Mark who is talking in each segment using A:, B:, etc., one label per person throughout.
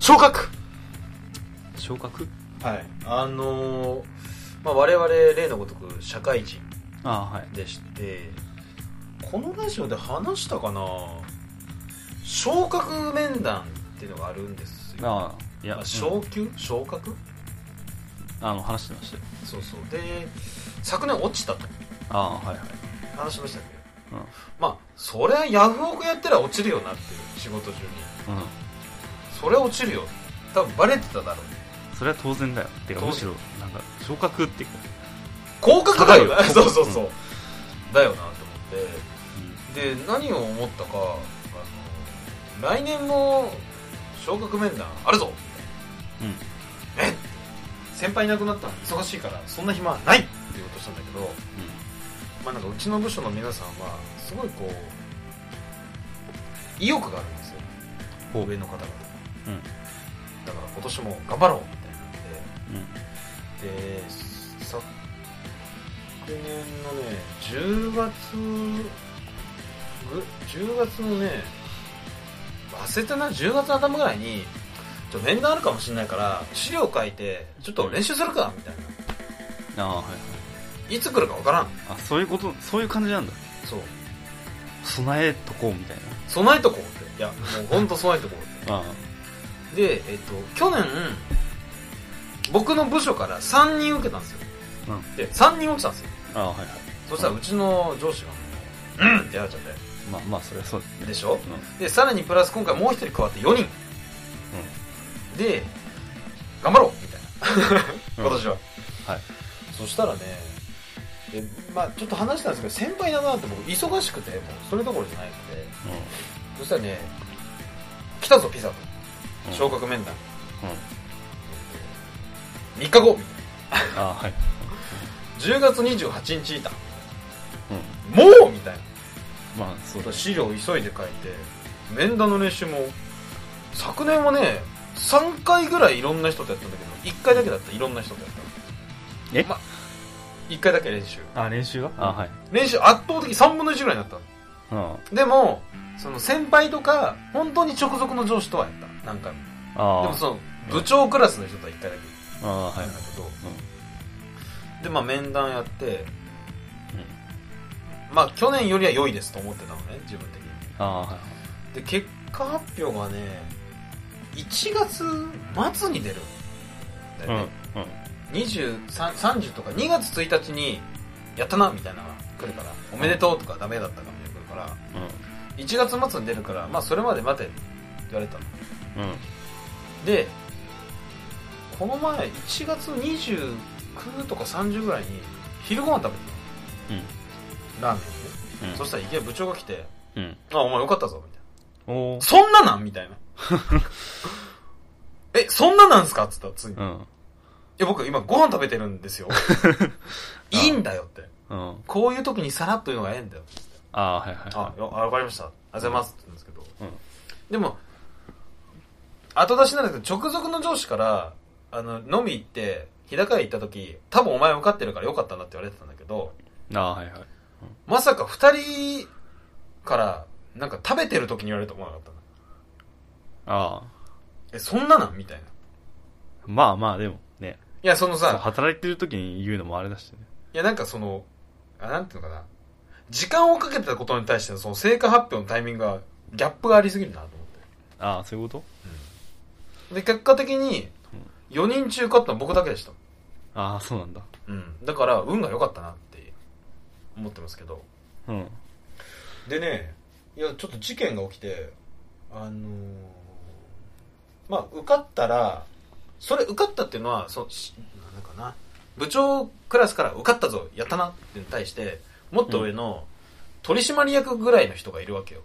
A: 昇格
B: 昇格
A: はいあのーまあ、我々例のごとく社会人
B: ああはい
A: でしてこのラジオで話したかな昇格面談っていうのがあるんですよ
B: ああいや、
A: まあ
B: う
A: 昇
B: ん
A: 級、昇格
B: あの話してましたよ
A: そうそうで昨年落ちたと
B: ああはいはい、
A: 話しましたけど
B: うん
A: まあそりゃヤフオクやったら落ちるよなっていう仕事中に
B: う、
A: そりゃ落ちるよ多分バレてただろうん
B: それは当然だよてか
A: 当然
B: むしろなんか昇格っていうか、
A: 降格だよ
B: 高い よ
A: そうそうそう、
B: う
A: だよなと思ってで何を思ったかあの来年も昇格面談あるぞ
B: うんうん、
A: え先輩いなくなったの忙しいからそんな暇はないって言おうとしたんだけどまあなんかうちの部署の皆さんはすごいこう意欲があるんですよ
B: ほう
A: 上の方々だか
B: うん
A: ら今年も頑張ろうみたいなのでで
B: うん
A: 昨年のね10月ぐ10月のね忘れたな10月頭ぐらいにちょ面談あるかもしれないから資料書いてちょっと練習するかみたいな
B: ああはいはい
A: いつ来るか分からん
B: あそういうことそういう感じなんだ
A: そう
B: 備えとこうみたい
A: 備えとこうっていやもうほんと備えとこうって
B: なああ
A: で、えっと、去年、僕の部署から3人受けたんですよ。
B: うん
A: で、3人落ちたんですよ。
B: ああはいはい
A: そしたらうちの上司が、うんってやられちゃっ
B: まあまあそれはそう
A: て。
B: で
A: です
B: ね
A: しょ
B: うん
A: で、さらにプラス今回もう一人加わって4人。で、頑張ろうみたいな。 今
B: うん
A: 年は。
B: はい
A: そしたらね、でまあちょっと話したんですけど、先輩だなって僕忙しくて、もうそれどころじゃなくて。そしたらね、来たぞピザと。
B: うん
A: 昇格面談。
B: うん
A: 3日後みたいな。
B: ああはい
A: 10月28日いた
B: う
A: も
B: ん
A: うみたいな
B: まあそうだし
A: 資料急いで書いて面談の練習も昨年はね3回ぐらいいろんな人とやったんだけど1回だけだったいろんな人とやった
B: え
A: ま、1回だけ練習
B: あ練習がああはい
A: 練習圧倒的3分の1ぐらいになったの
B: うん
A: でもその先輩とか本当に直属の上司とはやった何回も
B: ああ
A: でもその部長クラスの人とは1回だけ
B: ああはい
A: なん
B: はい
A: だけど、でまあ面談やって
B: うんうん
A: まあ去年よりは良いですと思ってたのね自分的に
B: ああはい
A: で結果発表がね1月末に出るんだよね、
B: うん
A: 23 30とか2月1日にやったなみたいなのが来るからおめでとうとかダメだったかみたいなのが来るから
B: う
A: 1月末に出るからまあそれまで待てって言われたの
B: んうん
A: でこの前1月29とか30ぐらいに昼ご飯食べて
B: うん
A: たのラーメンでね、
B: うん
A: そしたら池谷部長が来て
B: うん
A: 「あお前よかったぞ」みたいな
B: おお
A: そんななんみ たいな。え、そんななんすかっつったらついに。い
B: うん
A: や、僕今ご飯食べてるんですよ。 いいんだよって。
B: うん
A: こういう時にさらっというのがええんだよ。
B: ああはいはい
A: あ
B: は、
A: よあわかりました。ありがとうございますって言うんですけど。
B: いうん
A: でも、後出しなんですけど、直属の上司から、あの、飲み行って、日高屋行った時、多分お前受かってるからよかったなって言われてたんだけど、
B: ああはいはい
A: まさか二人から、なんか食べてる時に言われると思わなかったな。
B: ああ
A: え、そんななんみたいな。
B: まあまあでもね
A: いや、そのさ、
B: 働いてる時に言うのもあれだしね
A: いや、なんかその、あ、なんていうのかな。時間をかけてたことに対してのその成果発表のタイミングが、ギャップがありすぎるなと思っ
B: ああそういうこ
A: て。
B: と
A: で、結果的に
B: うん、
A: 4人中勝ったの僕だけでした。
B: ああそうなんだ
A: うん。だから、運が良かったなって思ってますけど。
B: うん
A: でね、いや、ちょっと事件が起きて、あのーまあ、受かったら、それ受かったっていうのは、そしなんかな、部長クラスから受かったぞ、やったなってに対して、もっと上の取締役ぐらいの人がいるわけよ。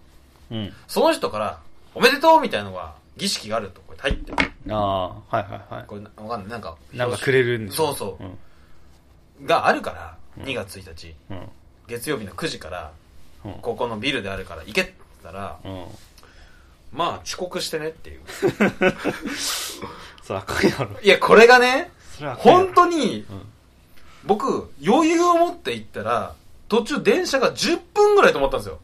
B: うん
A: その人から、おめでとうみたいなのが、儀式があると、これ入ってる。
B: ああはいはいは
A: これな、わかんない。なんか、
B: いなんかくれるんでしょ
A: そうそう
B: うん
A: があるから、
B: うん
A: 2月1日、
B: うん
A: 月曜日の9時から、
B: うん
A: ここのビルであるから行けって言ったら、
B: うん
A: まあ遅刻してねっていう。
B: それあかんやろ
A: いや、これがね、
B: それあかんやろ
A: 本当に、
B: うん
A: 僕、余裕を持って行ったら、途中電車が10分ぐらい止まったんですよ。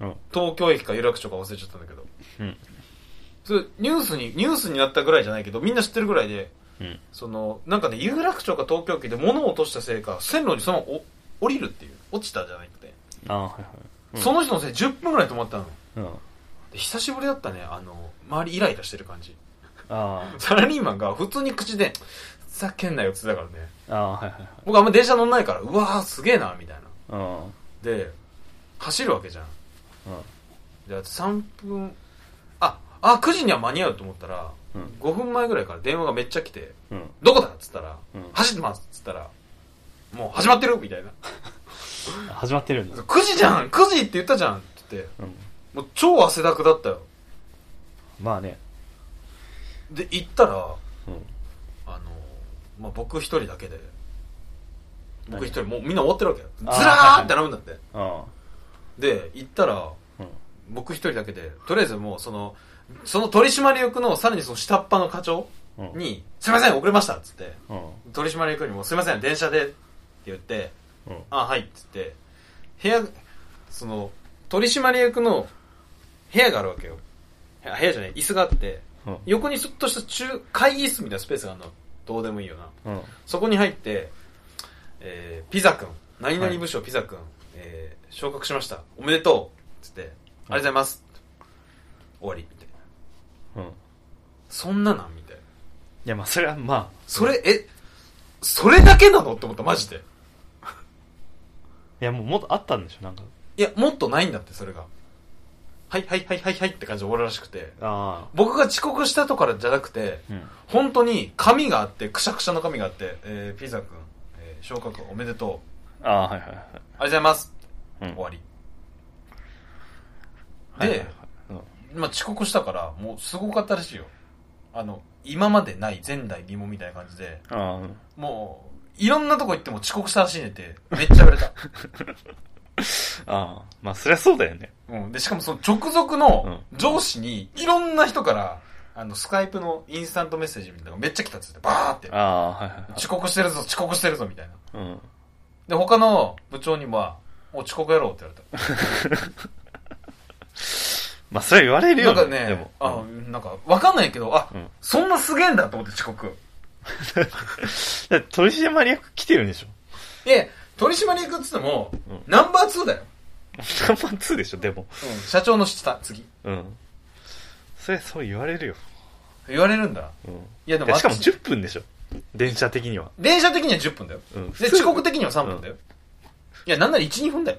B: うん
A: 東京駅か有楽町か忘れちゃったんだけど。
B: うん
A: それニュースに、ニュースになったぐらいじゃないけど、みんな知ってるぐらいで、
B: うん。
A: その、なんかね、有楽町か東京駅で物を落としたせいか、線路にそのままお降りるっていう。落ちたじゃなくて。
B: ああ、はいはい。うん
A: その人のせいで10分ぐらい止まったの。
B: うん。あ
A: で久しぶりだったね、あの、周りイライラしてる感じ。
B: あ、
A: サラリーマンが普通に口で、ふざけんなよって言ってたからね。
B: ああ、はいはい
A: 僕あんま電車乗んないから、うわーすげえな、みたいな。
B: はい。
A: で、走るわけじゃん。
B: うん。うん。
A: で、あと3分、あ、あ、9時には間に合うと思ったら、
B: うん
A: 5分前ぐらいから電話がめっちゃ来て、
B: うん。
A: どこだっつったら、
B: うん
A: 走ってますっつったら、もう始まってるみたいな。
B: 始まってるんだ。
A: 9時じゃん !9 時って言ったじゃんって言って、
B: うん。
A: もう超汗だくだったよ。
B: まあね。
A: で、行ったら、
B: うん。
A: あの、まあ、僕一人だけで、僕
B: 何
A: 一人、もうみんな終わってるわけよ。ず
B: あー
A: らーって並ぶんだって。
B: あ
A: で、行ったら、
B: あ。うん。
A: 僕一人だけで、とりあえずもうその、その取締役の、さらにその下っ端の課長
B: うん。
A: に、すいません、遅れましたっつって、
B: うん。
A: 取締役にも、すいません、電車で、って言って、
B: うん。
A: あ、はい、っつって、部屋、その、取締役の部屋があるわけよ。部屋部屋じゃない、椅子があって、
B: うん。
A: 横にちょっとした中、会議室みたいなスペースがあるの。どうでもいいよな。
B: うん。
A: そこに入って、えー、ピザくん、何々部署ピザくん、えー、昇格しました。おめでとうつって、ありがとうございます。終わり、みたいな。
B: うん。
A: そんななんみたいな。
B: いや、まあ、それは、まあ。
A: それ、え、それだけなのって思った、マジで。
B: いや、もう、もっとあったんでしょ、なんか。
A: いや、もっとないんだって、それが。はい、はい、はい、はい、はいって感じで終わるらしくて。
B: あ
A: 僕が遅刻したとかじゃなくて、
B: あ。うん。
A: 本当に紙があって、くしゃくしゃの紙があって、えー、ピザくん、えー、昇格おめでとう。
B: ああ、はいはいはい。
A: ありがとうございます。
B: うん
A: 終わり。
B: はいはい
A: で
B: はい、うん
A: まあ、遅刻したから、もうすごかったらしいよ。あの、今までない前代未聞みたいな感じで、
B: ああ、うん
A: もう、いろんなとこ行っても遅刻したらしいねって、めっちゃ言われ た。
B: ああ、まあ、そりゃそうだよね。
A: うん。で、しかもその直属の上司に、いろんな人から、あの、スカイプのインスタントメッセージみたいなのがめっちゃ来たっつって、バーって、
B: ああ、はいはい
A: 遅刻してるぞ、遅刻してるぞ、みたいな。
B: はい。うん。
A: で、他の部長には、お遅刻やろうって言われた。
B: まあ、それは言われる
A: な
B: よ
A: んか
B: ね。で
A: ね
B: も、。
A: あ
B: うん、
A: なんか、わかんないけど、あ、
B: うん
A: そんなすげえんだと思って遅刻。
B: だって取締役来てるんでしょ。
A: で、取締役っつっても、
B: うん
A: ナンバー2だよ。
B: ナンバー2でしょ、でも。
A: 社長の下、次。
B: うん。それ、そう言われるよ。
A: 言われるんだ。
B: うん。
A: いや、で
B: い
A: も、
B: やしかも
A: 私
B: 10分でしょ。電車的には。
A: 電車的には10分だよ。
B: うん。
A: で、遅刻的には3分だよ。いや、なんなら1、2分だよ。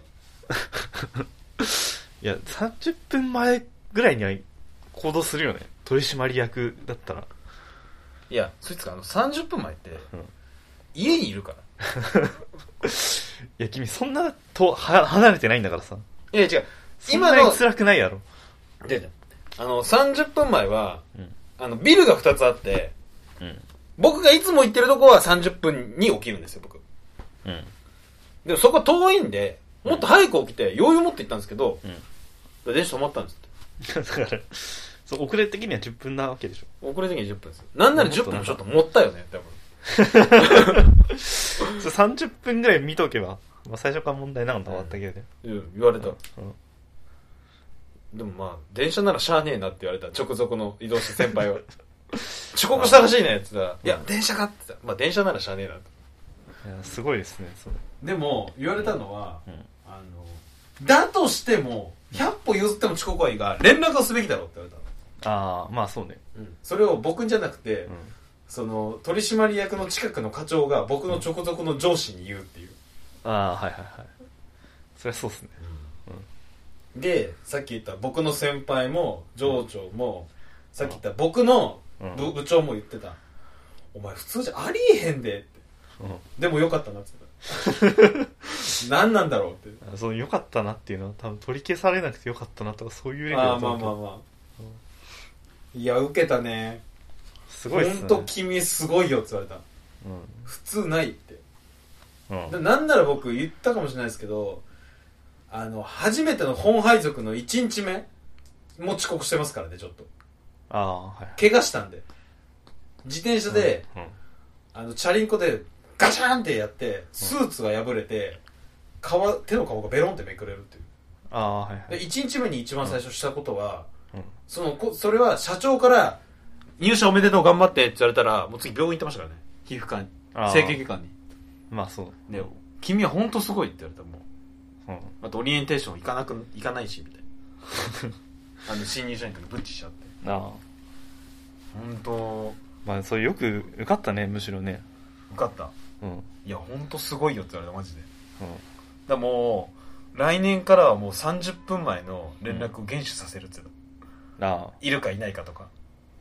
B: いや、30分前ぐらいには行動するよね。取締役だったら。
A: いや、そいつか、あの、30分前って
B: うん、
A: 家にいるから。
B: いや、君そんなと、は、離れてないんだからさ。
A: いや、違う。
B: そん
A: 今
B: なに
A: の、
B: 辛くないやろ。
A: であの、30分前は、
B: うん。
A: あの、ビルが2つあって、
B: うん。
A: 僕がいつも行ってるとこは30分に起きるんですよ、僕。
B: うん。
A: でもそこ遠いんで、もっと早く起きて、余裕持って行ったんですけど、
B: うん。
A: 電車止まったんですって。
B: だから、そう、遅れ的には10分なわけでしょ。
A: 遅れ的に10分です。なんなら10分もちょっともったよね、多分。
B: そう30分ぐらい見とけば、まあ、最初から問題なかったら終わったけどね。
A: うん言われた。
B: うん。
A: でもまあ、電車ならしゃあねえなって言われた。直属の移動した先輩 は。遅刻したらしいねって言ったら、いや、電車かって言ったらまあ電車ならしゃあねえなって。
B: いや、すごいですね、それ。
A: でも、言われたのは、
B: うん。
A: あの、だとしても、100歩譲っても遅刻はいいが、連絡をすべきだろって言われたの。
B: ああ、まあそうね。
A: うん。それを僕じゃなくて、
B: うん。
A: その、取締役の近くの課長が僕の直属の上司に言うっていう。
B: ああ、はいはいはい。そりゃそうっすね。
A: でさっき言った僕の先輩も上長もさっき言った僕の
B: うん
A: 部,、部長も言ってた「お前普通じゃありえへんで」って
B: うん。
A: でもよかったなって 言ってた何なんだろうって
B: あその、良かったなっていうのは、多分取り消されなくて良かったなとか、そういうレベル
A: あ
B: だ
A: あ
B: と
A: まあ
B: 思うけど
A: まあまあ、いや受けたね
B: すごいっすね。
A: 本当君すごいよって言われた普通ないって
B: うん。うん。
A: でなんなら僕言ったかもしれないですけどあの初めての本配属の1日目もう遅刻してますからねちょっと
B: ああ、はいはい。
A: 怪我したんで自転車で、
B: うん、うん。
A: あの、チャリンコでガチャンってやって、スーツが破れて、皮、手の皮がベロンってめくれるっていう。
B: ああ、はいは
A: で、
B: い。
A: 1日目に一番最初したことは、
B: ううん
A: そのこそれは社長から入社おめでとう頑張ってって言われたらもう次病院行ってましたからね皮膚科に
B: あー
A: 整形外科に
B: まあそう
A: で君は本当すごいって言われたらもう
B: うん
A: あとオリエンテーション行かなく行かないしみたいな あの新入社員からブッチしちゃって
B: ああ
A: 本当
B: まあそれよく受かったねむしろね
A: 受かった
B: うんうん
A: いや本当すごいよって言われたマジでだからもう来年からはもう30分前の連絡を厳守させるって言ってた
B: ああ
A: いるかいないかとか、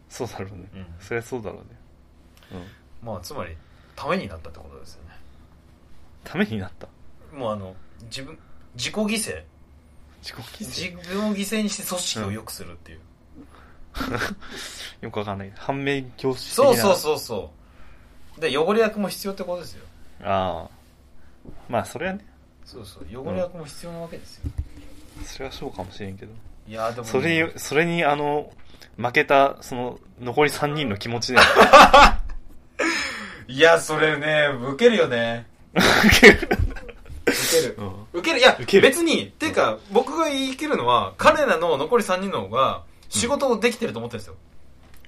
B: そうだろうね
A: うん
B: そりゃそうだろうねうん
A: まあつまりためになったってことですよね
B: ためになった
A: もうあの自分自己犠牲
B: 自己規制
A: 自分を犠牲にして組織を良くするっていう、
B: よくわかんない反面教師的
A: そ
B: な
A: うそうそうそうで汚れ役も必要ってことですよ
B: ああまあそれはね
A: そうそう汚れ役も必要なわけですよ、
B: それはそうかもしれんけど
A: いやーでも
B: それにそれにあの負けたその残り3人の気 持ちね
A: いや、それね、受けるよね。受ける
B: う。ん
A: 受ける、いや、
B: ウケる
A: 別に、っていうか、僕が言い切るのは、彼らの残り3人の方が、仕事をできてると思ってるんです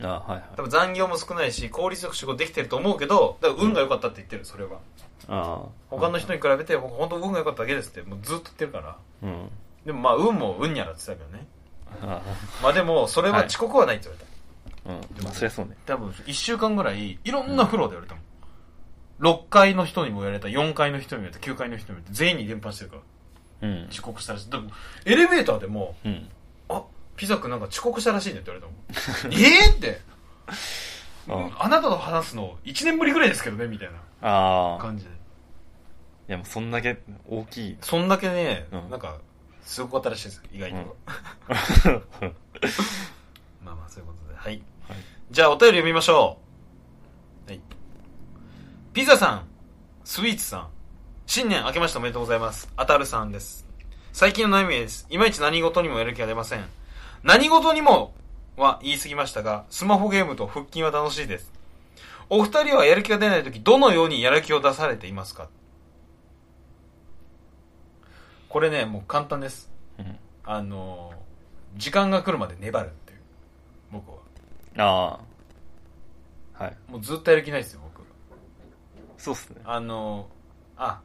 A: よ。
B: ああはいはい
A: 多分残業も少ないし、効率よく仕事できてると思うけど、だから運が良かったって言ってる、それは。
B: ああ
A: 他の人に比べて、僕本当運が良かっただけですって、もうずっと言ってるから。
B: うん
A: でもまあ、運も運やらって言ってたけどね。
B: あ
A: まあでも、それは遅刻はないって言われた。
B: あうんまあそりゃそうね
A: 多分、1週間ぐらい、いろんなフローで言われたもん。6階の人にも言われた、4階の人にも言われた、9階の人にも言われた、全員に伝播してるから。
B: うん
A: 遅刻したらしい。でも、エレベーターでも、
B: うん
A: あ、ピザ君なんか遅刻したらしいねって言わ れたもん。えーって。
B: あ
A: あなたと話すの1年ぶりぐらいですけどね、みたいな
B: ああ
A: 感じで。
B: いやもうそんだけ大きい
A: そんだけね、
B: うん
A: なんか、すごかったらしいです、意外と。
B: う ん
A: まあまあ、そういうことで。はい。
B: はい
A: じゃあ、お便り読みましょう。はい。ピザさん、スイーツさん、新年明けましておめでとうございます。あたるさんです。最近の悩みです。いまいち何事にもやる気が出ません。何事にもは言い過ぎましたが、スマホゲームと腹筋は楽しいです。お二人はやる気が出ないとき、どのようにやる気を出されていますかこれね、もう簡単です。
B: うん
A: あのー時間が来るまで粘るっていう。僕は。
B: ああはい
A: もうずっとやる気ないですよ、僕。
B: そうっすね
A: あのーあ、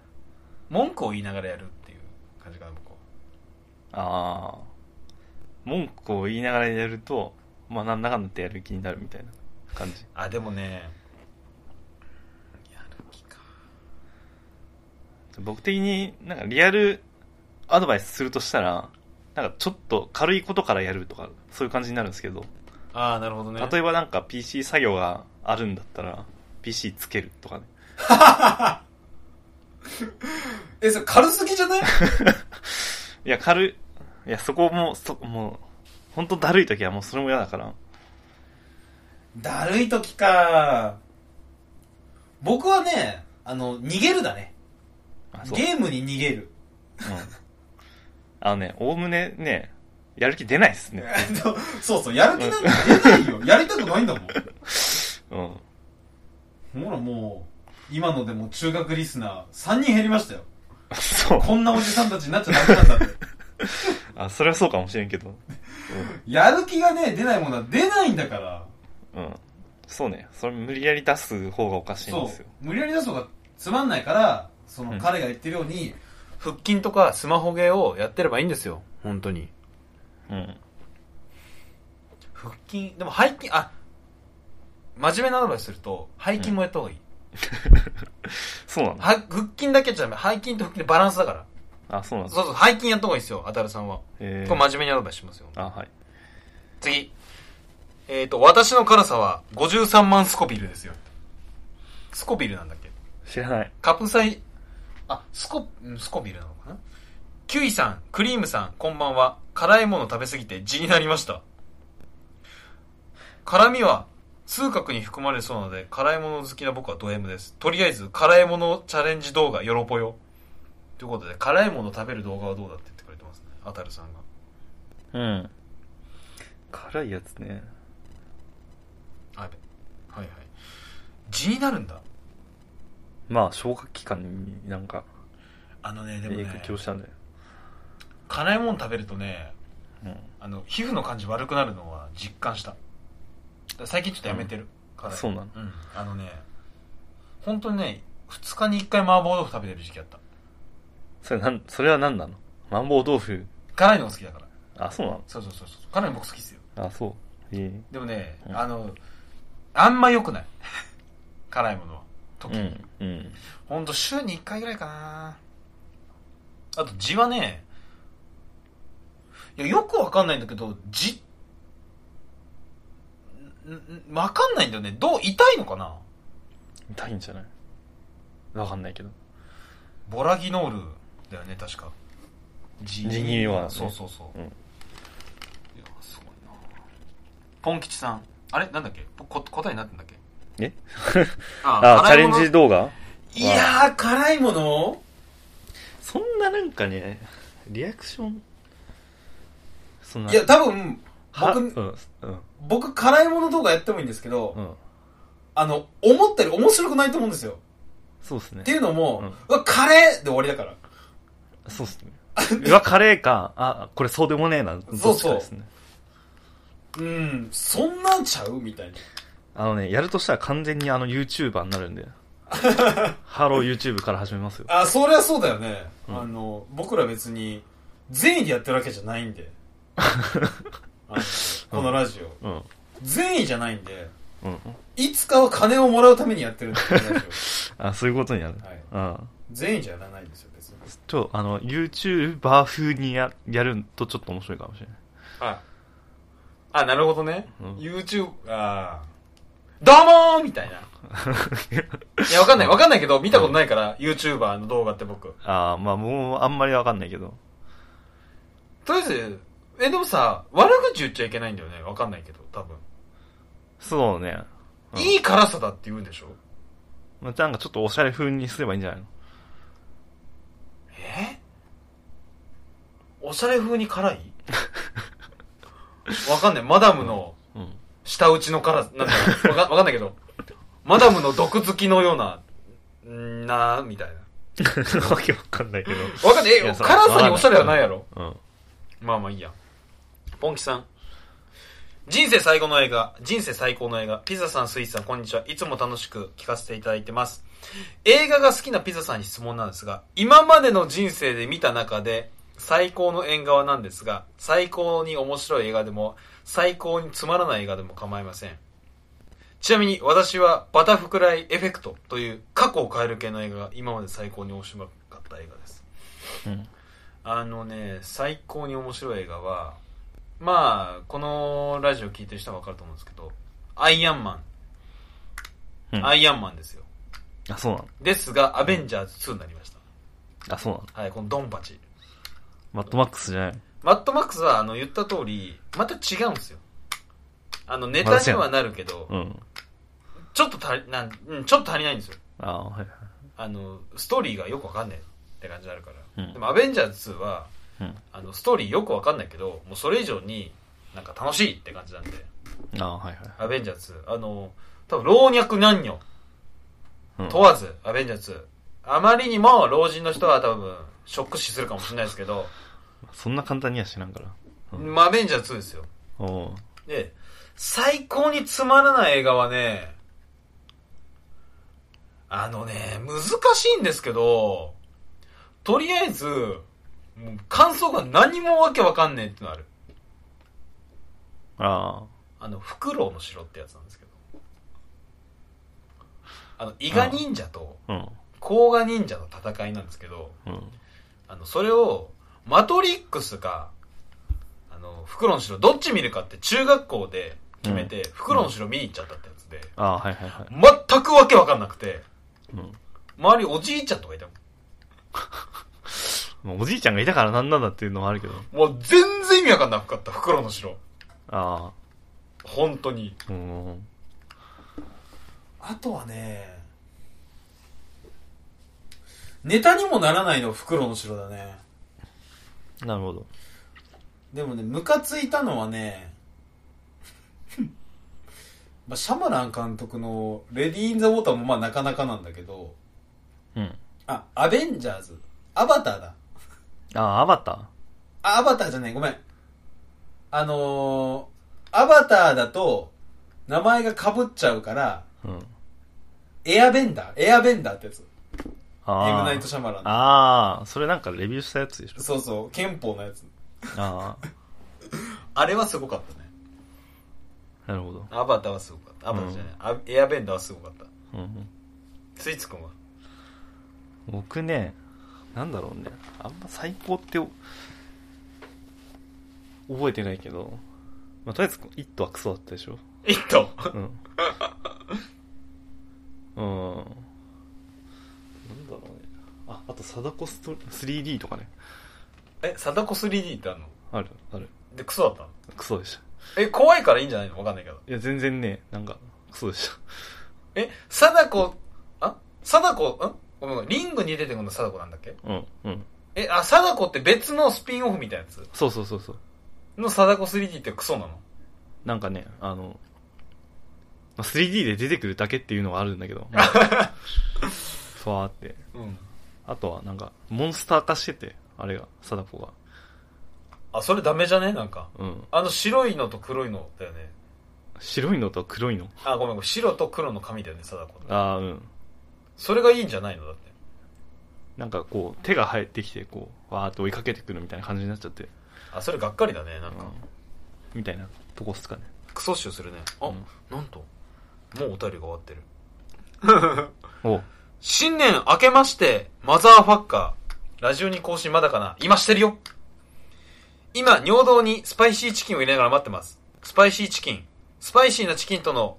A: 文句を言いながらやるっていう感じかな、僕は。
B: ああ文句を言いながらやるとまあなんだかんだってやる気になるみたいな感じ
A: あ、でもね、やる気か。
B: 僕的になんかリアルアドバイスするとしたらなんかちょっと軽いことからやるとかそういう感じになるんですけど
A: ああ、なるほどね。
B: 例えばなんか PC 作業があるんだったら PC つけるとかね
A: え、それ軽すぎじゃない
B: いや軽いいやそこもそもう本当だるい時はもうそれも嫌だから
A: だるい時か。僕はね、あの、逃げるだね。
B: あそう、うん、
A: ゲームに逃げる。
B: あのねおおむねねやる気出ないっす ね
A: えっとそうそう、やる気なんか出ないよ。やりたくないんだもん。
B: うん
A: ほらもう、今のでも中学リスナー3人減りましたよ。
B: そう
A: こんなおじさんたちになっちゃダメなんだって。
B: あそれはそうかもしれんけど
A: やる気がね、出ないものは出ないんだから。
B: うん、うん、そうねそれ無理やり出す方がおかしいん
A: そ
B: です
A: う
B: よ。
A: 無理やり出すのがつまんないから、そ
B: うん
A: の彼が言ってるように、腹筋とかスマホゲーをやってればいいんですよ。本当に。
B: うん
A: 腹筋、でも背筋、あ、真面目なアドバイスすると、背筋もやった方がいい。
B: そうなんだ
A: は腹筋だけじゃダメ。背筋と腹筋でバランスだから。
B: あそうなんだ
A: そうそう、背筋やった方がいいですよ、あたるさんは。
B: えー
A: これ真面目にアドバイスしますよ。
B: あはい
A: 次。えっ、と、私の辛さは53万スコビルですよ。スコビルなんだっけ
B: 知らない
A: カプサイ、あ、スコ、うんスコビルなのかなキュイさん、クリームさん、こんばんは。辛いもの食べすぎて地になりました。辛みは、数角に含まれるそうなので、辛いもの好きな僕はド M です。とりあえず、辛いものチャレンジ動画、よろぽよ。ということで、辛いもの食べる動画はどうだって言ってくれてますね。あたるさんが。
B: うん辛いやつね
A: あべはいはい。地になるんだ。
B: まあ消化器官になんか
A: あのね、でも
B: 影
A: ね、
B: 響したんだよ
A: 辛いもの食べるとね、
B: うん
C: あの皮膚の感じ悪くなるのは実感しただから最近ちょっとやめてる、辛い
B: そうなの
C: うんあのね本当にね2日に1回麻婆豆腐食べてる時期あった
B: それなんそれは何なの麻婆豆腐
C: 辛いのが好きだから
B: あそうな
C: そうそうそうそう辛いの僕好きっすよ
B: のあそうえ
C: でもね、
B: うん
C: あのあんま良くない辛いものは
B: え
C: 時に、
B: うんうん
C: ほんと週に1回ぐらいかなあと痔はねいやよくわかんないんだけど痔んんわかんないんだよねどう痛いのかな
B: 痛いんじゃないわかんないけど
C: ボラギノールだよね確か痔
B: 痔にはね
C: そうそうそう、
B: うん
C: いやすごいなポン吉さんあれなんだっけこ答えになってんだっけ
B: え
C: あ
B: あチャ
C: 辛い
B: レ
C: も
B: ン
C: の
B: ジ動画
A: いやー辛いもの
B: そんななんかねリアクションそんない
A: や多分
B: は
A: 僕
B: うんうん
A: 僕辛いもの動画やってもいいんですけど、
B: うん
A: あの思ったより面白くないと思うんですよ
B: そうですね
A: っていうのも、
B: うん
A: うわカレーで終わりだから
B: そうっすね。うわ、カレーか。あ、これそうでもねえな。
A: う
B: どっちかですね。
A: うんそんなんちゃうみたいな
B: あのね、やるとしたら完全にあの YouTuber にな るんで。ハロー YouTube から始めますよ。
A: あそりゃそうだよね、
B: うん
A: あの僕ら別に善意でやってるわけじゃないん であのこのラジオ、
B: うん。うん。
A: 善意じゃないんで
B: うん。
A: いつかは金をもらうためにやってるんでこのラ ジ
B: あ、そういうことになる。
A: はい
B: うん。
A: オ善意じゃやらないんですよ別に
B: ちょ、あの、YouTuber 風にややるとちょっと面白いかもしれない。
A: はいあなるほどね、
B: うん
A: YouTube ああどうもーみたいな。いや、わかんない。わかんないけど、見たことないから、YouTuber の動画って僕。
B: あーまあもうあんまりわかんないけど。
A: とりあえず、え、でもさ、悪口言っちゃいけないんだよね。わかんないけど、多分。
B: そうね。うん
A: いい辛さだって言うんでしょ
B: まあ、なんかちょっとおしゃれ風にすればいいんじゃないの
A: えおしゃれ風に辛いわかんない。マダムの
B: うん。
A: 舌打ちの辛さ、なんか、わかわかんないけど、マダムの毒好きのような、んーなーみたいな。
B: わけわかんないけど。
A: わかんない。え
B: い
A: 辛
B: やそれわかん
A: さ
B: な
A: に
B: い
A: おしゃれはないやろ。
B: うん。
A: まあまあいいや。ポンキさん。人生最後の映画、人生最高の映画、ピザさん、スイーツさん、こんにちは。いつも楽しく聞かせていただいてます。映画が好きなピザさんに質問なんですが、今までの人生で見た中で、最高の縁側なんですが、最高に面白い映画でも、最高につまらない映画でも構いません。ちなみに私はバタフクライエフェクトという過去を変える系の映画が今まで最高に面白かった映画です。
B: うん。
A: あのね、最高に面白い映画は、まあ、このラジオ聞いてる人はわかると思うんですけど、アイアンマン。
B: うん
A: アイアンマンですよ。
B: あ、そうなの
A: ですが、アベンジャーズ2になりまし
B: あ、そうなの
A: た。はい、このドンパチ。
B: マットマックスじゃないの
A: マットマックスは、あの、言った通り、また違うんですよ。あの、ネタにはなるけど
B: う、ん。
A: ちょっと足り、なん、うん、ちょっと足りないんですよ。
B: ああ、はいはい。
A: あの、ストーリーがよくわかんないって感じになるから。
B: うん
A: でも、アベンジャーズ2は、
B: うん。
A: あの、ストーリーよくわかんないけど、もうそれ以上になんか楽しいって感じなんで。
B: ああ、はいはい。
A: アベンジャーズ。あの、多分老若男女
B: うん
A: 問わず、アベンジャーズ。あまりにも老人の人は多分、ショック死するかもしれないですけど、
B: そんな簡単にはしなんから。うん
A: まあアベンジャーズ2ですよ。
B: おう
A: で、最高につまらない映画はね、あのね、難しいんですけど、とりあえず、もう感想が何もわけわかんねえってのある。
B: あ
A: あの、フクロウの城ってやつなんですけど。あの、伊賀忍者と、
B: あ、うん、
A: 甲賀忍者の戦いなんですけど、
B: うん。
A: あの、それを、マトリックスか、あの、フクロウの城、どっち見るかって中学校で決めて、フクロウの城見に行っちゃったってやつで、
B: ああ、はいはいはい。
A: 全くわけわかんなくて、
B: うん
A: 周りおじいちゃんとかいたもん。
B: まあ。おじいちゃんがいたからなんなんだっていうのもあるけど。
A: もう全然意味わかんなかった、フクロウの城。
B: あ
A: 本当に。
B: あ、うん。
A: あとはね、ネタにもならないのフクロウの城だね。
B: なるほど。
A: でもね、ムカついたのはね、 まあ、シャマラン監督のレディー・イン・ザ・ウォーターもまあなかなかなんだけど、
B: うん。
A: あ、アベンジャーズ。アバターだ。
B: ああ、アバタ
A: あ、アバターじゃない、ごめん。
C: あのーアバターだと、名前が被っちゃうから、
B: うん。
C: エアベンダーエアベンダーってやつ。イ
B: あー
C: グナイトシャマランの。
B: あー、それなんかレビューしたやつでしょ。
C: そうそう、憲法のやつ。
B: あ
C: あれはすごかったね。
B: あ、なるほど。
A: アバターはすごかった。アバターじゃない。あエアベンダーはすごかった。
B: うんうん、
A: スイーツくんは
B: 僕ね、なんだろうね。あんま最高って、覚えてないけど、まあ、とりあえず、イットはクソだったでしょ。
A: イット
B: うん。うん。なんだろうね。あ、あと、貞子スト 3D とかね。
A: え、サダコ 3D ってあんの
B: ある、ある。
A: で、クソだったの
B: クソでした。
A: え、怖いからいいんじゃないのわかんないけど。
B: いや、全然ね、なんか、クソでした。
A: え、サダコ、あサダコ、んごめんごめん、リングに出てくるのサダコなんだっけ
B: うん、うん。
A: え、あ、サダコって別のスピンオフみたいなやつ
B: そうそうそうそう。
A: のサダコ 3D ってクソなの
B: なんかね、あの、まあ 3D で出てくるだけっていうのはあるんだけど、ま あふわーって。
A: うん。
B: あとはなんか、モンスター化してて、あれが、貞子が。
A: あ、それダメじゃねなんか。
B: うん。
A: あの白いのと黒いのだよね。
B: 白いのと黒いの。
A: あ、ごめんごめん、白と黒の髪だよね、サダコ。
B: ああ、うん。
A: それがいいんじゃないのだって。
B: なんかこう、手が生えてきて、こう、わーって追いかけてくるみたいな感じになっちゃって、
A: あ、それがっかりだね、なん
B: うん
A: か。。
B: みたいなとこっすかね。
A: クソ臭するね。あ、
B: うん
A: なんと。もうお便りが終わってる。
B: お
A: 新年明けまして、マザーファッカー。ラジオに更新まだかな今してるよ今、尿道にスパイシーチキンを入れながら待ってます。スパイシーチキン。スパイシーなチキンとの、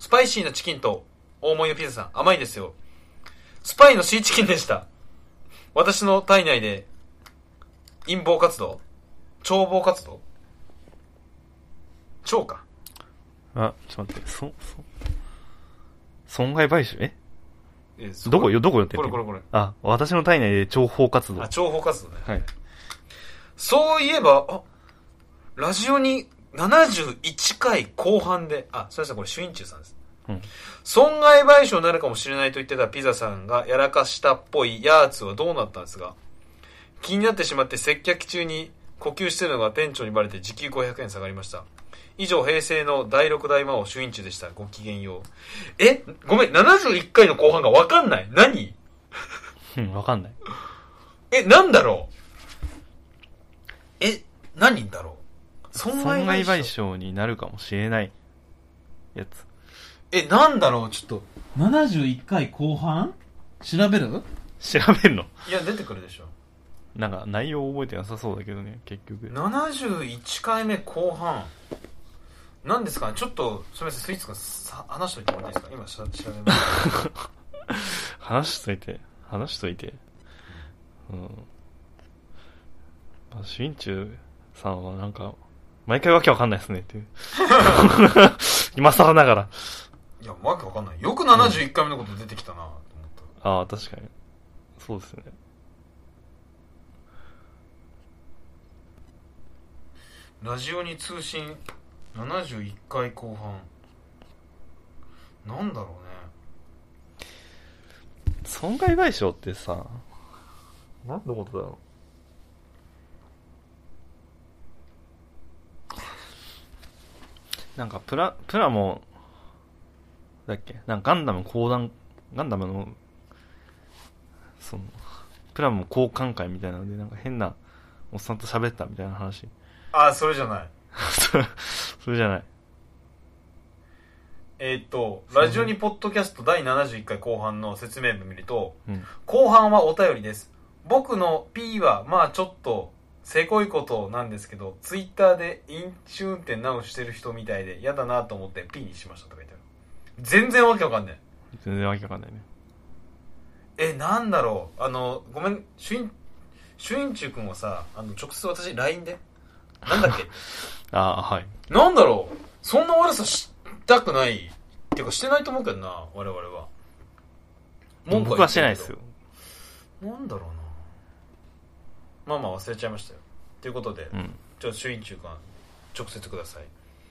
A: スパイシーなチキンと、大盛りのピザさん、甘いですよ。スパイのシーチキンでした。私の体内で、陰謀活動超謀活動超か。
B: あ、ちょっと待って、そ、そ、損害賠償え
A: え
B: どこよ、どこよって
A: これこれこれ。
B: あ、私の体内で情報活動。
A: あ、
B: はい。
A: 情報活動ね。そういえば、あ、ラジオに71回後半で、あ、すいません、これ、主因中さんです。
B: うん。
A: 損害賠償になるかもしれないと言ってたピザさんがやらかしたっぽいやーつはどうなったんですが、気になってしまって接客中に呼吸してるのが店長にバレて時給500円下がりました。以上、平成の第6大魔王主因中でした。ごきげんよう。えごめん、71回の後半がわかんない。何
B: うん、わかんない。
A: え、なんだろうえ、何だろう損
B: 損害
A: 害賠
B: 賠
A: 償。
B: 償になるかもしれないやつ。
A: え、なんだろうちょっと。
C: 71回後半調べる
B: 調べんの
A: いや、出てくるでしょ。
B: なんか内容覚えてなさそうだけどね、結局。
A: 71回目後半。なんですかねちょっと、すみません、スイーツ君、さ話しといてもらっていいですか今、しゃ調べ ます。
B: 話しといて、話しといて。うん。まあ、シュインチュさんはなんか、毎回わけわかんないですねっていう。今更ながら。
A: いや、わけわかんない。よく71回目のこと出てきたな、と思った。
B: ああ、確かに。そうですね。
A: ラジオに通信71回後半。なんだろうね。
B: 損害賠償ってさ、何のことだろう。なんかプラ、プラも、だっけなんかガンダム講談、ガンダムの、その、プラも交換会みたいなので、なんか変なおっさんと喋ったみたいな話。
A: あ、それじゃない。
B: それそれじゃない。
A: えーっと、ラジオにポッドキャスト第71回後半の説明文見ると、
B: うん。
A: 後半はお便りです。僕の P は、まあちょっと、せこいことなんですけど、ツイッターで飲酒運転なおしてる人みたいで、嫌だなと思って P にしましたとか言ってある。全然わけわかんない。
B: 全然わけわかんないね。
A: え、なんだろう。あの、ごめん、シュイン、シュインチュ君はさ、あの、直接私 LINE で、なんだっけ
B: ああ、はい。
A: なんだろう。そんな悪さしたくない。っていうかしてないと思うけどな、我々は。文句
B: 僕はしてない
A: 言っ
B: で
A: るけど
B: すよ。
A: なんだろうなまあまあ忘れちゃいましたよということで、
B: うん。
A: ちょっと主員中間直接ください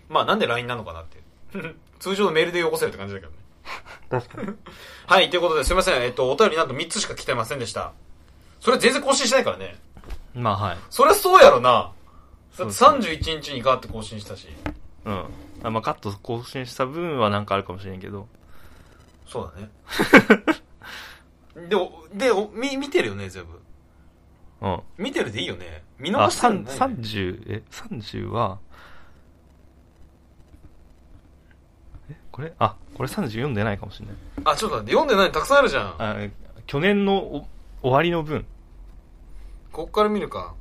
A: まあなんで LINE なのかなって 通常のメールでよこせるって感じだけどね はいということですいませんえっとお便りなんと3つしか来てませんでしたそれ全然更新しないからね
B: まあはい。
A: そりゃそうやろなだって
B: そう
A: 31日にガーって更新したし
B: うん。あまあ、カット更新した分はなんかあるかもしれんけど。
D: そうだねでおでおみ見てるよね全部
B: うん。
D: 見てるでいいよね見
B: あ、
D: 逃したん
B: 三
D: ない
B: 三十え、三十は、え、これあ、これ30読んでないかもしれない。
D: あちょっと待って読んでないのたくさんあるじゃん
B: あ、え去年のお終わりの分。
D: こっから見るか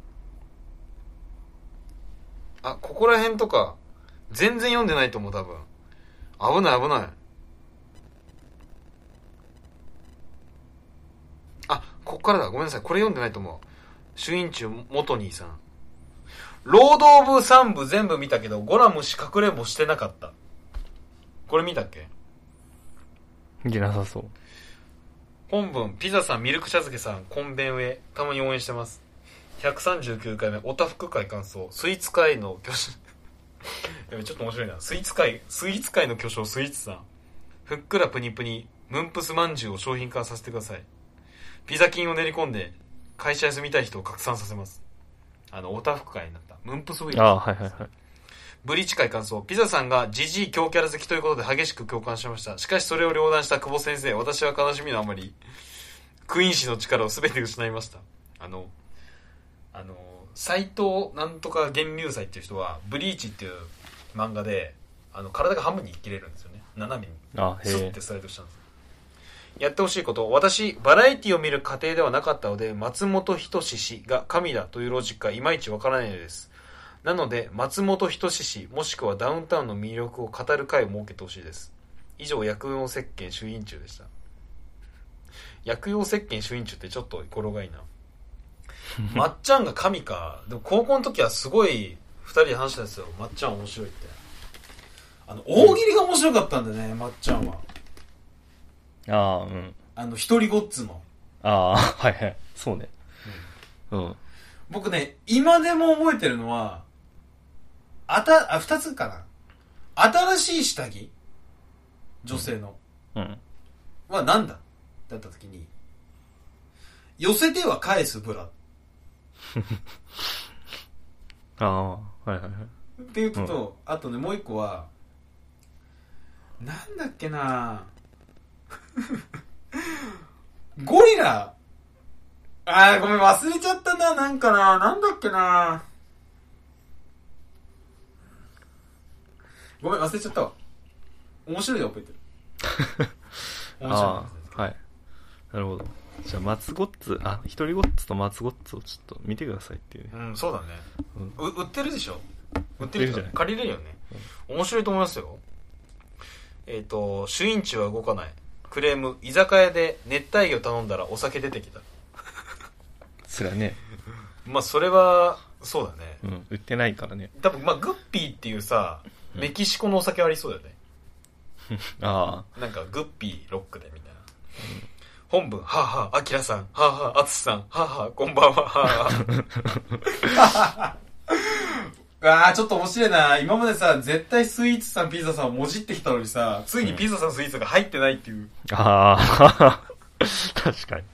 D: あここら辺とか全然読んでないと思う多分危ない危ないあこっからだごめんなさいこれ読んでないと思う主因中元兄さん
A: 労働部3部全部見たけどゴラムシ隠れんぼしてなかったこれ見たっけ
B: 見てなさそう。
A: 本文ピザさんミルク茶漬けさんコンベンウェたまに応援してます139回目おたふく会感想スイーツ界の巨匠 やべちょっと面白いなスイーツ界スイーツ界の巨匠スイーツさんふっくらぷにぷにムンプスまんじゅうを商品化させてくださいピザ菌を練り込んで会社休みたい人を拡散させますあのおたふく会になったムンプスウィーク
B: あ、はいはいはい。
A: ブリーチ会感想。ピザさんがジジイ強キャラ好きということで激しく共感しました。しかしそれを両断した久保先生、私は悲しみのあまり、クイーン氏の力を全て失いました。あの、あの、斎藤なんとか源流祭っていう人は、ブリーチっていう漫画で、あの、体が半分に切れるんですよね。斜めに。
B: あ、へ
A: スッ
B: え
A: て。スライドしたんですやってほしいこと私バラエティを見る過程ではなかったので松本人志氏が神だというロジックがいまいちわからないのですなので松本人志氏もしくはダウンタウンの魅力を語る会を設けてほしいです以上薬用石鹸主委員中でした薬用石鹸主委員中ってちょっと語呂がいいなまっちゃんが神かでも高校の時はすごい2人で話したんですよまっちゃん面白いってあの大喜利が面白かったんだねまっちゃんは
B: あーうん。
A: あの、一人ごっつの。
B: あーはいはい。そうね。うん。
A: 僕ね、今でも覚えてるのは、あた、あ、二つかな。新しい下着女性の。
B: うん。
A: はなんだだった時に、寄せては返すブラ
B: ああ、はいはいはい。
A: っていうのと、あとね、もう一個は、なんだっけな ゴリラあーごめん、忘れちゃったな、なんかななんだっけなごめん、忘れちゃったわ。面白いの覚えてる。面白いの
B: ああ、はい。なるほど。じゃあ、マツゴッツ、あ、一人ゴッツとマツゴッツをちょっと見てくださいっていうね。
A: うん、そうだね。う売ってるでしょ売ってる
B: 売ってるじ
A: じ
B: ゃ
A: ゃ
B: ない
A: ん。借りれるよね。面白いと思いますよ。えっ、と、主因地は動かない。クレーム、居酒屋で熱帯魚頼んだらお酒出てきた。
B: すらね、
A: まあ、それは、そうだね。
B: うん、売ってないからね。
A: 多分、まあ、グッピーっていうさ、
B: うん
A: メキシコのお酒ありそうだよね。
B: あ
A: なんか、グッピーロックでみたいな。本文、はあ、はあ、アキラさん、はあ、はあ、アツシさん、はあ、はあ、こんばんは、はあ、は
E: ああ、ちょっと面白いな。今までさ、絶対スイーツさん、ピザさんをもじってきたのにさ
A: あ。、ついにピザさんスイーツが入ってないっていう、
B: あ、ああ、 確かに。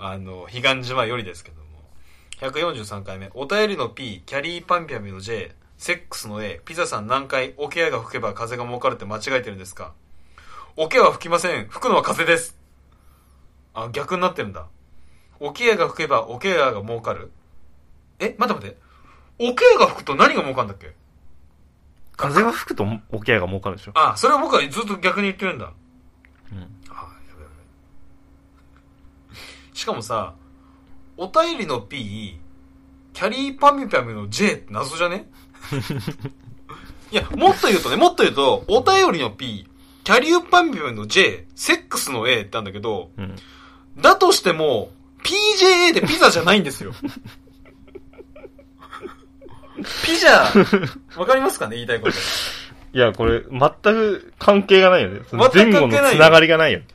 A: あの、彼岸島よりですけども。143回目、お便りの P、キャリーパンピャミの J、セックスの A、ピザさん何回、オケアが吹けば風が儲かるって間違えてるんですかオケアは吹きません。吹くのは風です。あ、逆になってるんだ。オケアが吹けばオケアが儲かるえ、待って待って。オケアが吹くと何が儲かるんだっけ
B: 風が吹くと、おケアが儲かるでしょ。
A: あ、それは僕はずっと逆に言ってるんだ。
B: うん。
A: あやべやべしかもさお便りの P キャリーパミュパミュの J って謎じゃね いやもっと言うとねもっと言うとお便りの P キャリーパミュパミュの J セックスの A ってあるんだけど
B: うん。
A: だとしても PJA でピザじゃないんですよピザわかりますかね言いたいこと
B: いや、これ、全く関係がないよね。その前
A: 全く
B: 後の
A: 関係ないよ
B: つながりがないよね。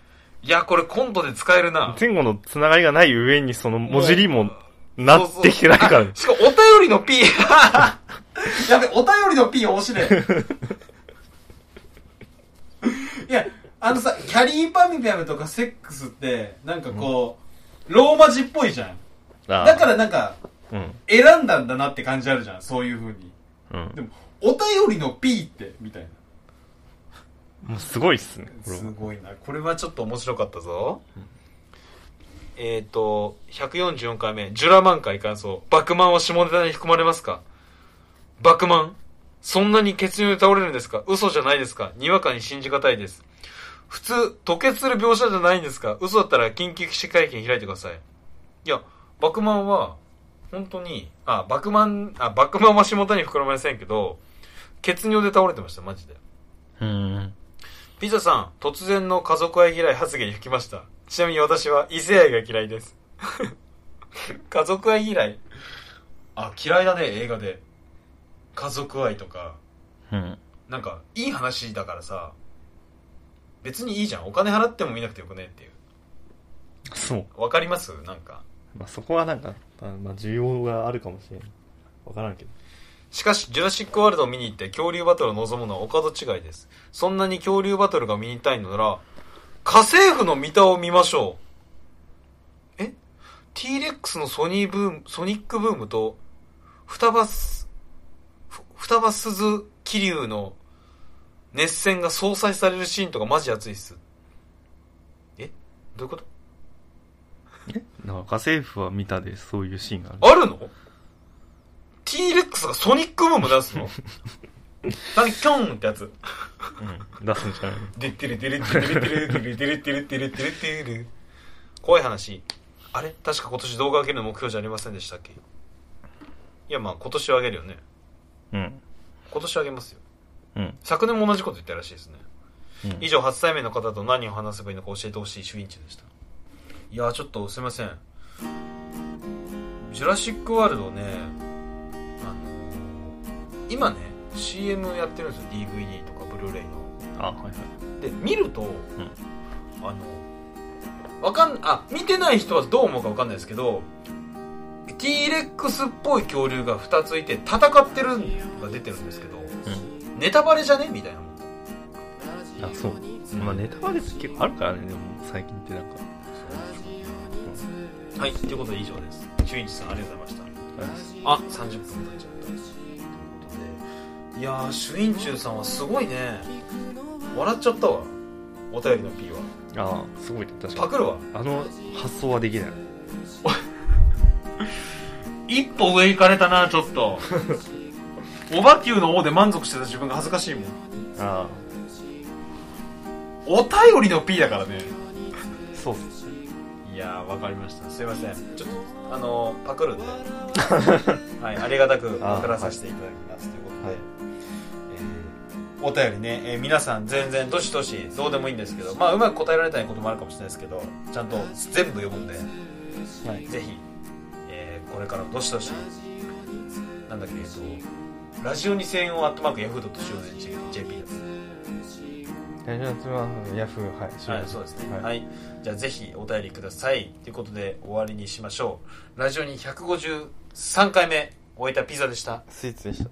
A: いやこれコントで使えるな
B: 前後のつながりがない上に、その、もじりも、なってきてないからね。
A: しかもお便りの P
E: やべ、お便りの P 面白い。いや、あのさ、キャリーパミュパミュとかセックスって、なんかこう、ローマ字っぽいじゃん。
B: ああ
E: だからなんか、
B: うん。
F: 選んだんだなって感じあるじゃん、そういう風に。
B: うん
F: で。も、お便りの P って、みたいな。
B: もうすごいっすね、これ
F: す
B: は
F: ごいな。
A: これはちょっと面白かったぞ、えっ、ー、と144回目「ジュラマン回感想バクマンは下ネタに含まれますか?」「バクマンそんなに血尿で倒れるんですか嘘じゃないですかにわかに信じがたいです普通吐血する描写じゃないんですか嘘だったら緊急記者会見開いてくださいいやバクマンは本当にあバクマンあバクマンは下ネタに含まれませんけど血尿で倒れてましたマジで
B: うん。
A: ピザさん、突然の家族愛嫌い発言吹きました。ちなみに私は異性愛が嫌いです。 家族愛嫌いあ、嫌いだね、映画で。家族愛とか、
B: うん。
A: なんか、いい話だからさ、別にいいじゃん。お金払っても見なくてよくねっていう。
B: そう。
A: わかりますなんか。
B: まあ、そこはなんか、あまあ、需要があるかもしれない。わからんけど。
A: しかし、ジュラシックワールドを見に行って恐竜バトルを望むのはお門違いです。そんなに恐竜バトルが見にたいのなら、家政婦の三田を見ましょう。え ?T-Rex のソニーブーム、ソニックブームと、双葉す、ふ双葉鈴気流の熱戦が相殺されるシーンとかマジ熱いっす。えどういうこと
B: なんか、家政婦は見たで、そういうシーンがある。
A: あるの ?T-Rex がソニックブーム出すのなんかキョンってやつ。
B: うん。出すんじゃない
A: でってるてるてるてるてるてるてるてるてるてる怖い話あれ確か今年動画上げるの目標じゃありませんでしたっけいやまあ今年は上げるよね
B: うん。
A: 今年は上げますよ
B: うん。
A: 昨年も同じこと言ったらしいですね
B: うん
A: 以上初対面の方と何を話せばいいのか教えてほしい主委員長でしたいやーちょっとすいません「ジュラシック・ワールドね」あのー今ね CM やってるんですよ DVD とかブルーレイの
B: あ、はいはい。
A: で見ると、あのわかんあ見てない人はどう思うかわかんないですけど T-Rex っぽい恐竜が2ついて戦ってるのが出てるんですけど、ネタバレじゃねみたいなもん
B: あ、そう。まあ、ネタバレって結構あるからね、でも、最近ってなんか。
A: はいということで以上です中一さんありがとうございましたあ30分経っちゃったということでいやー朱印中さんはすごいね笑っちゃったわお便りの P は
B: ああ、すごいね、確か
A: パ
B: に。
A: クるわ
B: あの発想はできない。
A: 一歩上行かれたなちょっ とおばきゅうの王で満足してた自分が恥ずかしいもん
B: あ
A: お便りの P だからね
B: あ、そうっす。
A: いやーわかりましたすいませんちょっとあのーパクる んではいありがたくパクらさせていただきますということで、
B: はい
A: えーお便りね、えー皆さん全然どしどしどうでもいいんですけどまあうまく答えられないこともあるかもしれないですけどちゃんと全部読むんで
B: はい。
A: ぜひ、えーこれからもどしどし、なんだっけ、えっと、ラジオに声援をアットマークヤフードとしようぜ、JP です。
B: 大丈夫ヤフー、はい、
A: はい、そうですね。はい。
B: はい。
A: じゃあぜひお便りください。ということで終わりにしましょう。ラジオに153回目終えたピザでした。
B: スイーツでした。